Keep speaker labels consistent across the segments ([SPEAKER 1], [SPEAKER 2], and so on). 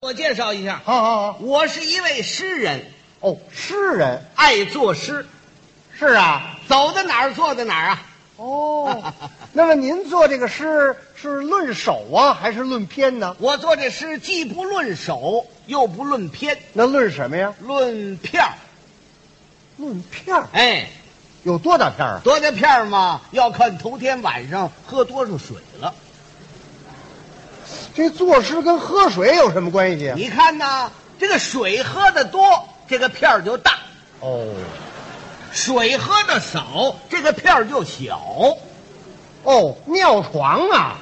[SPEAKER 1] 我介绍一下，
[SPEAKER 2] 好好好，
[SPEAKER 1] 我是一位诗人，
[SPEAKER 2] 哦，诗人
[SPEAKER 1] 爱作诗，
[SPEAKER 2] 是啊，
[SPEAKER 1] 走到哪儿坐到哪儿啊。
[SPEAKER 2] 哦， 那么您做这个诗是论首啊，还是论篇呢？
[SPEAKER 1] 我做这诗既不论首，又不论篇，
[SPEAKER 2] 那论什么呀？
[SPEAKER 1] 论片儿。
[SPEAKER 2] 论片儿，
[SPEAKER 1] 哎，
[SPEAKER 2] 有多大片儿啊？
[SPEAKER 1] 多大片儿嘛？要看头天晚上喝多少水了。
[SPEAKER 2] 这作诗跟喝水有什么关系啊？
[SPEAKER 1] 你看呐，这个水喝的多，这个片儿就大；
[SPEAKER 2] 哦，
[SPEAKER 1] 水喝的少，这个片儿就小。
[SPEAKER 2] 哦，尿床啊，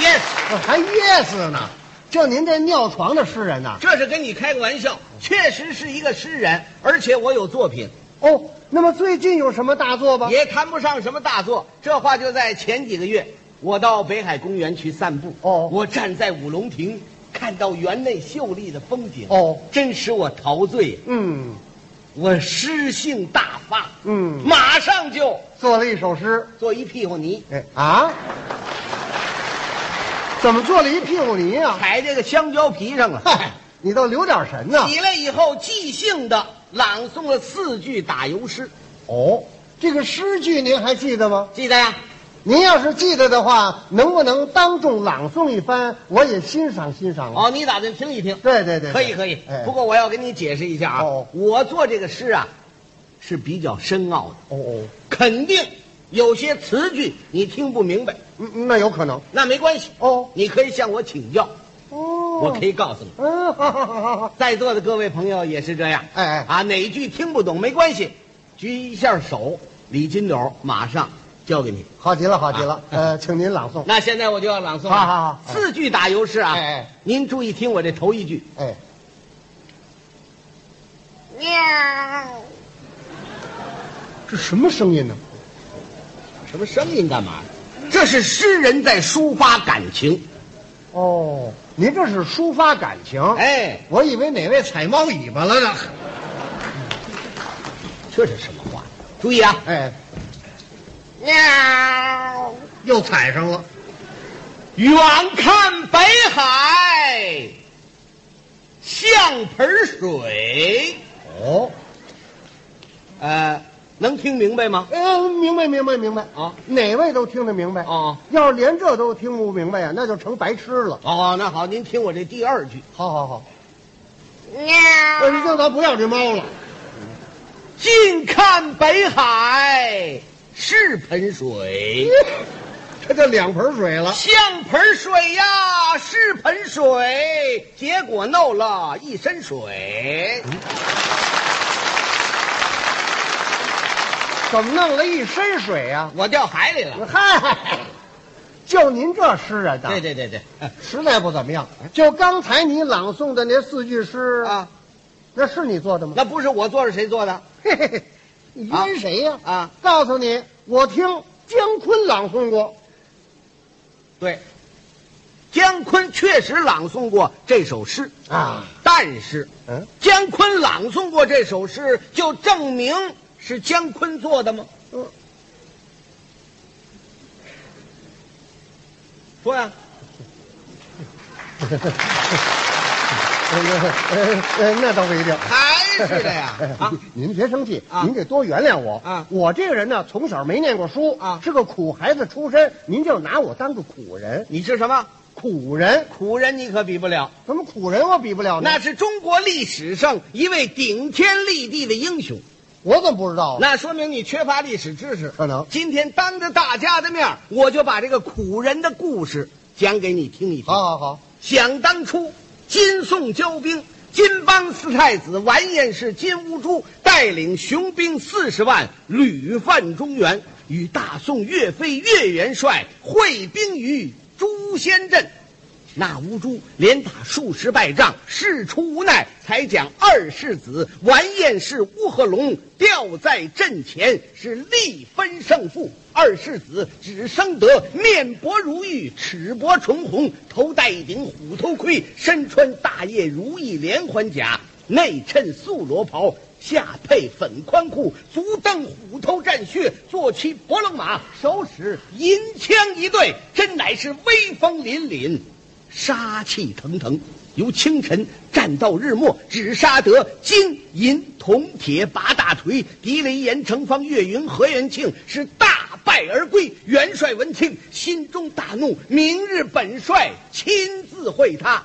[SPEAKER 1] Yes，
[SPEAKER 2] 还噎死呢。就您这尿床的诗人呐、
[SPEAKER 1] 这是跟你开个玩笑，确实是一个诗人，而且我有作品，
[SPEAKER 2] 哦，那么最近有什么大作吧？
[SPEAKER 1] 也谈不上什么大作。这话就在前几个月，我到北海公园去散步。
[SPEAKER 2] 哦
[SPEAKER 1] 我站在五龙亭，看到园内秀丽的风景。
[SPEAKER 2] 哦
[SPEAKER 1] 真使我陶醉，
[SPEAKER 2] 嗯
[SPEAKER 1] 我诗性大发，
[SPEAKER 2] 嗯，
[SPEAKER 1] 马上就
[SPEAKER 2] 做了一首诗。
[SPEAKER 1] 做一屁股泥，
[SPEAKER 2] 哎啊，怎么做了一屁股泥啊？
[SPEAKER 1] 踩这个香蕉皮上了。
[SPEAKER 2] 嗨，你倒留点神呐！
[SPEAKER 1] 起来以后，即兴的朗诵了四句打油诗，
[SPEAKER 2] 哦，这个诗句您还记得吗？
[SPEAKER 1] 记得呀？
[SPEAKER 2] 您要是记得的话，能不能当众朗诵一番？我也欣赏欣赏啊。
[SPEAKER 1] 哦，你打算听一听？
[SPEAKER 2] 对对对，
[SPEAKER 1] 可以可以
[SPEAKER 2] 哎，
[SPEAKER 1] 不过我要跟你解释一下啊，
[SPEAKER 2] 哦
[SPEAKER 1] 我做这个诗啊是比较深奥的，
[SPEAKER 2] 哦哦，
[SPEAKER 1] 肯定有些词句你听不明白，
[SPEAKER 2] 嗯，那有可能
[SPEAKER 1] 那没关系，
[SPEAKER 2] 哦
[SPEAKER 1] 你可以向我请教，
[SPEAKER 2] 哦，
[SPEAKER 1] 我可以告诉你。
[SPEAKER 2] 嗯，好好好好好，
[SPEAKER 1] 在座的各位朋友也是这样，
[SPEAKER 2] 哎哎
[SPEAKER 1] 啊，哪句听不懂没关系，举一下手，李金斗马上交给你。
[SPEAKER 2] 好极了好极了
[SPEAKER 1] 啊。
[SPEAKER 2] 呃，请您朗诵。
[SPEAKER 1] 那现在我就要朗诵了，
[SPEAKER 2] 好好好
[SPEAKER 1] 四句打油诗啊，
[SPEAKER 2] 哎哎
[SPEAKER 1] 您注意听我这头一句，
[SPEAKER 2] 哎，
[SPEAKER 3] 喵，
[SPEAKER 2] 这什么声音呢？
[SPEAKER 1] 什么声音干嘛？这是诗人在抒发感情。
[SPEAKER 2] 哦，您这是抒发感情。
[SPEAKER 1] 哎，
[SPEAKER 2] 我以为哪位踩猫尾巴了呢。
[SPEAKER 1] 这是什么话？注意啊，
[SPEAKER 2] 哎，
[SPEAKER 3] 喵，
[SPEAKER 2] 又踩上了。
[SPEAKER 1] 远看北海像盆水。
[SPEAKER 2] 哦，
[SPEAKER 1] 呃，能听明白吗？
[SPEAKER 2] 呃，明白明白明白
[SPEAKER 1] 啊，
[SPEAKER 2] 哪位都听得明白
[SPEAKER 1] 啊。
[SPEAKER 2] 要是连这都听不明白呀，那就成白痴了。
[SPEAKER 1] 哦，那好，您听我这第二句：
[SPEAKER 2] 好好好，呃，
[SPEAKER 3] 喵，
[SPEAKER 2] 让咱不要这猫了。
[SPEAKER 1] 近看北海是盆水，
[SPEAKER 2] 这就两盆水了。
[SPEAKER 1] 像盆水呀，是盆水，结果弄了一身水。
[SPEAKER 2] 怎么弄了一身水呀、
[SPEAKER 1] 我掉海里
[SPEAKER 2] 嗯
[SPEAKER 1] 了。
[SPEAKER 2] 嗨，就您这诗人呐，
[SPEAKER 1] 对对对呃对，
[SPEAKER 2] 实在不怎么样。就刚才你朗诵的那四句诗，
[SPEAKER 1] 啊，
[SPEAKER 2] 那是你做的吗？
[SPEAKER 1] 那不是我做是谁做的？
[SPEAKER 2] 嘿嘿嘿，你冤谁呀、
[SPEAKER 1] 啊
[SPEAKER 2] 告诉你，我听姜昆朗诵过。
[SPEAKER 1] 对，姜昆确实朗诵过这首诗
[SPEAKER 2] 啊，
[SPEAKER 1] 但是
[SPEAKER 2] 嗯，
[SPEAKER 1] 姜昆朗诵过这首诗，就证明是姜昆做的吗？
[SPEAKER 2] 嗯
[SPEAKER 1] 说呀、
[SPEAKER 2] 呃呃呃，那倒不一定。
[SPEAKER 1] 还是的 呀啊！
[SPEAKER 2] 您别生气，
[SPEAKER 1] 啊
[SPEAKER 2] 您得多原谅我
[SPEAKER 1] 啊
[SPEAKER 2] 我这个人呢，从小没念过书
[SPEAKER 1] 啊
[SPEAKER 2] 是个苦孩子出身，您就拿我当个苦人，
[SPEAKER 1] 你是什么
[SPEAKER 2] 苦人
[SPEAKER 1] 苦人？你可比不了，
[SPEAKER 2] 怎么苦人我比不了呢？
[SPEAKER 1] 那是中国历史上一位顶天立地的英雄。
[SPEAKER 2] 我怎么不知道啊？
[SPEAKER 1] 那说明你缺乏历史知识。
[SPEAKER 2] 可能
[SPEAKER 1] 今天当着大家的面儿，我就把这个苦人的故事讲给你听一听。
[SPEAKER 2] 好好好，
[SPEAKER 1] 想当初，金宋交兵，金邦四太子完颜氏金兀术带领雄兵四十万，屡犯中原，与大宋岳飞岳元帅会兵于朱仙镇。那乌珠连打数十败仗，事出无奈，才将二世子完颜氏乌合龙吊在阵前，是力分胜负。二世子只生得面薄如玉，齿薄唇红，头戴一顶虎头盔，身穿大叶如意连环甲，内衬素罗袍，下配粉宽裤，足蹬虎头战靴，坐骑伯龙马，手使银枪一对，真乃是威风凛凛，杀气腾腾。由清晨战到日暮，只杀得金银铜铁八大锤。狄雷、严成方、岳云、何元庆是大败而归。元帅闻听，心中大怒，明日本帅亲自会他。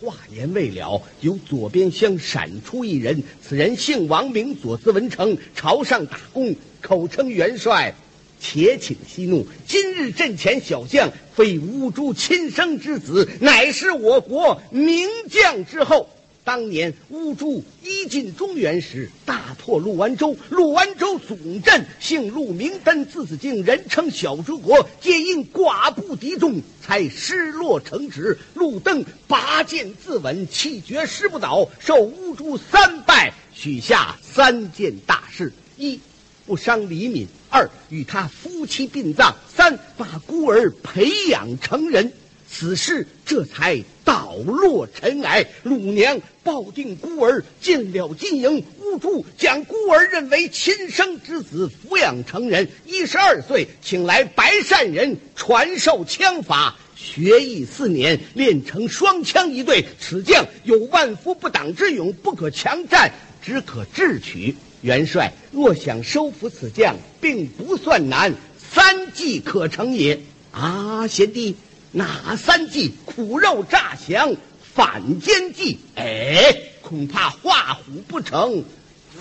[SPEAKER 1] 话言未了，由左边厢闪出一人，此人姓王，名左，字文成，朝上打工，口称元帅。且请息怒，今日阵前小将非乌珠亲生之子，乃是我国名将之后。当年乌珠一进中原时，大破陆安州，陆安州总镇姓陆，名丹，字子敬，人称小诸国。皆因寡不敌众，才失落城池。陆登拔剑自刎，气绝师不倒，受乌珠三拜，许下三件大事：一。不伤李敏；二，与他夫妻殡葬；三，把孤儿培养成人。此事这才倒落尘埃。鲁娘抱定孤儿，进了金营，乌珠将孤儿认为亲生之子，抚养成人。一十二岁，请来白善人传授枪法。学艺四年，练成双枪一对。此将有万夫不挡之勇，不可强战，只可智取。元帅若想收服此将，并不算难，三计可成也。啊，贤弟，哪三计？苦肉诈降，反间计。哎，恐怕画虎不成，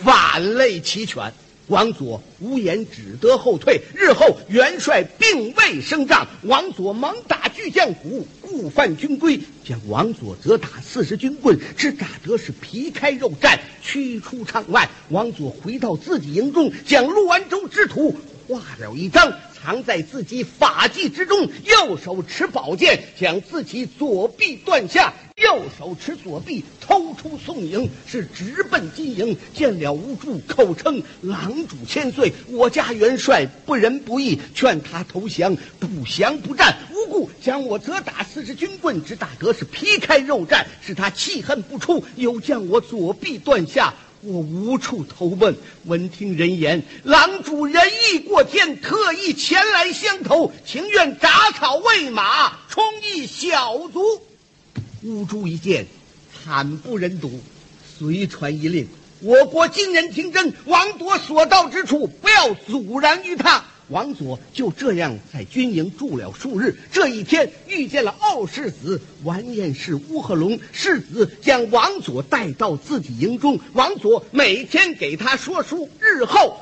[SPEAKER 1] 反类齐全。王佐无言，只得后退。日后元帅并未升帐，王佐忙打巨将鼓，故犯军规，将王佐责打四十军棍，只打得是皮开肉绽，驱出帐外。王佐回到自己营中，将陆安州之图画了一张，藏在自己法纪之中。右手持宝剑，将自己左臂断下。右手持左臂偷出宋营，是直奔金营。见了吴柱，口称狼主千岁，我家元帅不仁不义，劝他投降，不降不战。无故将我责打四十军棍，只打得是皮开肉绽，使他气恨不出，又将我左臂断下。我无处投奔，闻听人言，狼主仁义过天，特意前来相投，情愿铡草喂马，充一小卒。乌珠一见，惨不忍睹，随传一令：我国金人听真，王铎所到之处，不要阻拦于他。王佐就这样在军营住了数日。这一天遇见了傲世子完颜氏乌合龙，世子将王佐带到自己营中，王佐每天给他说书，日后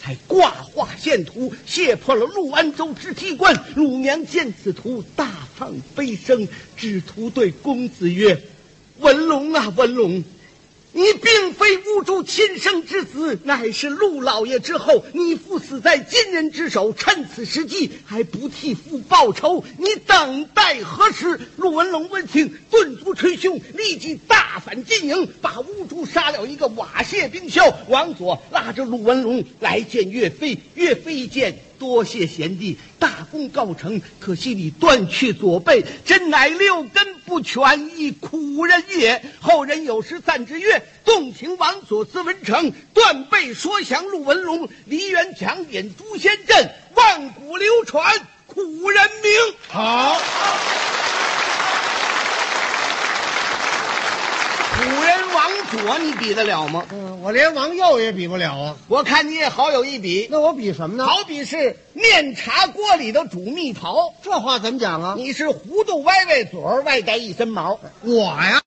[SPEAKER 1] 才挂画献图，卸破了陆安州之机关。鲁娘见此图，大放悲声，只图对公子曰：“文龙啊，文龙！”你并非乌珠亲生之子，乃是陆老爷之后。你父死在金人之手，趁此时机还不替父报仇，你等待何时？陆文龙闻听，顿足捶胸，立即大反金营，把乌珠杀了一个瓦屑冰消。王佐拉着陆文龙来见岳飞，岳飞一见。多谢贤弟，大功告成。可惜你断去左背，真乃六根不全，亦苦人也。后人有诗赞之曰：“纵情王佐资文成，断背说降陆文龙。梨园强点诛仙阵，万古流传苦人名。”
[SPEAKER 2] 好，
[SPEAKER 1] 古人王佐，你比得了吗？
[SPEAKER 2] 嗯，我连王佑也比不了啊。
[SPEAKER 1] 我看你也好有一比，
[SPEAKER 2] 那我比什么呢？，
[SPEAKER 1] 好比是面茶锅里的煮蜜桃，
[SPEAKER 2] 这话怎么讲啊？
[SPEAKER 1] 你是糊涂歪歪嘴儿，外带一身毛。
[SPEAKER 2] 我呀。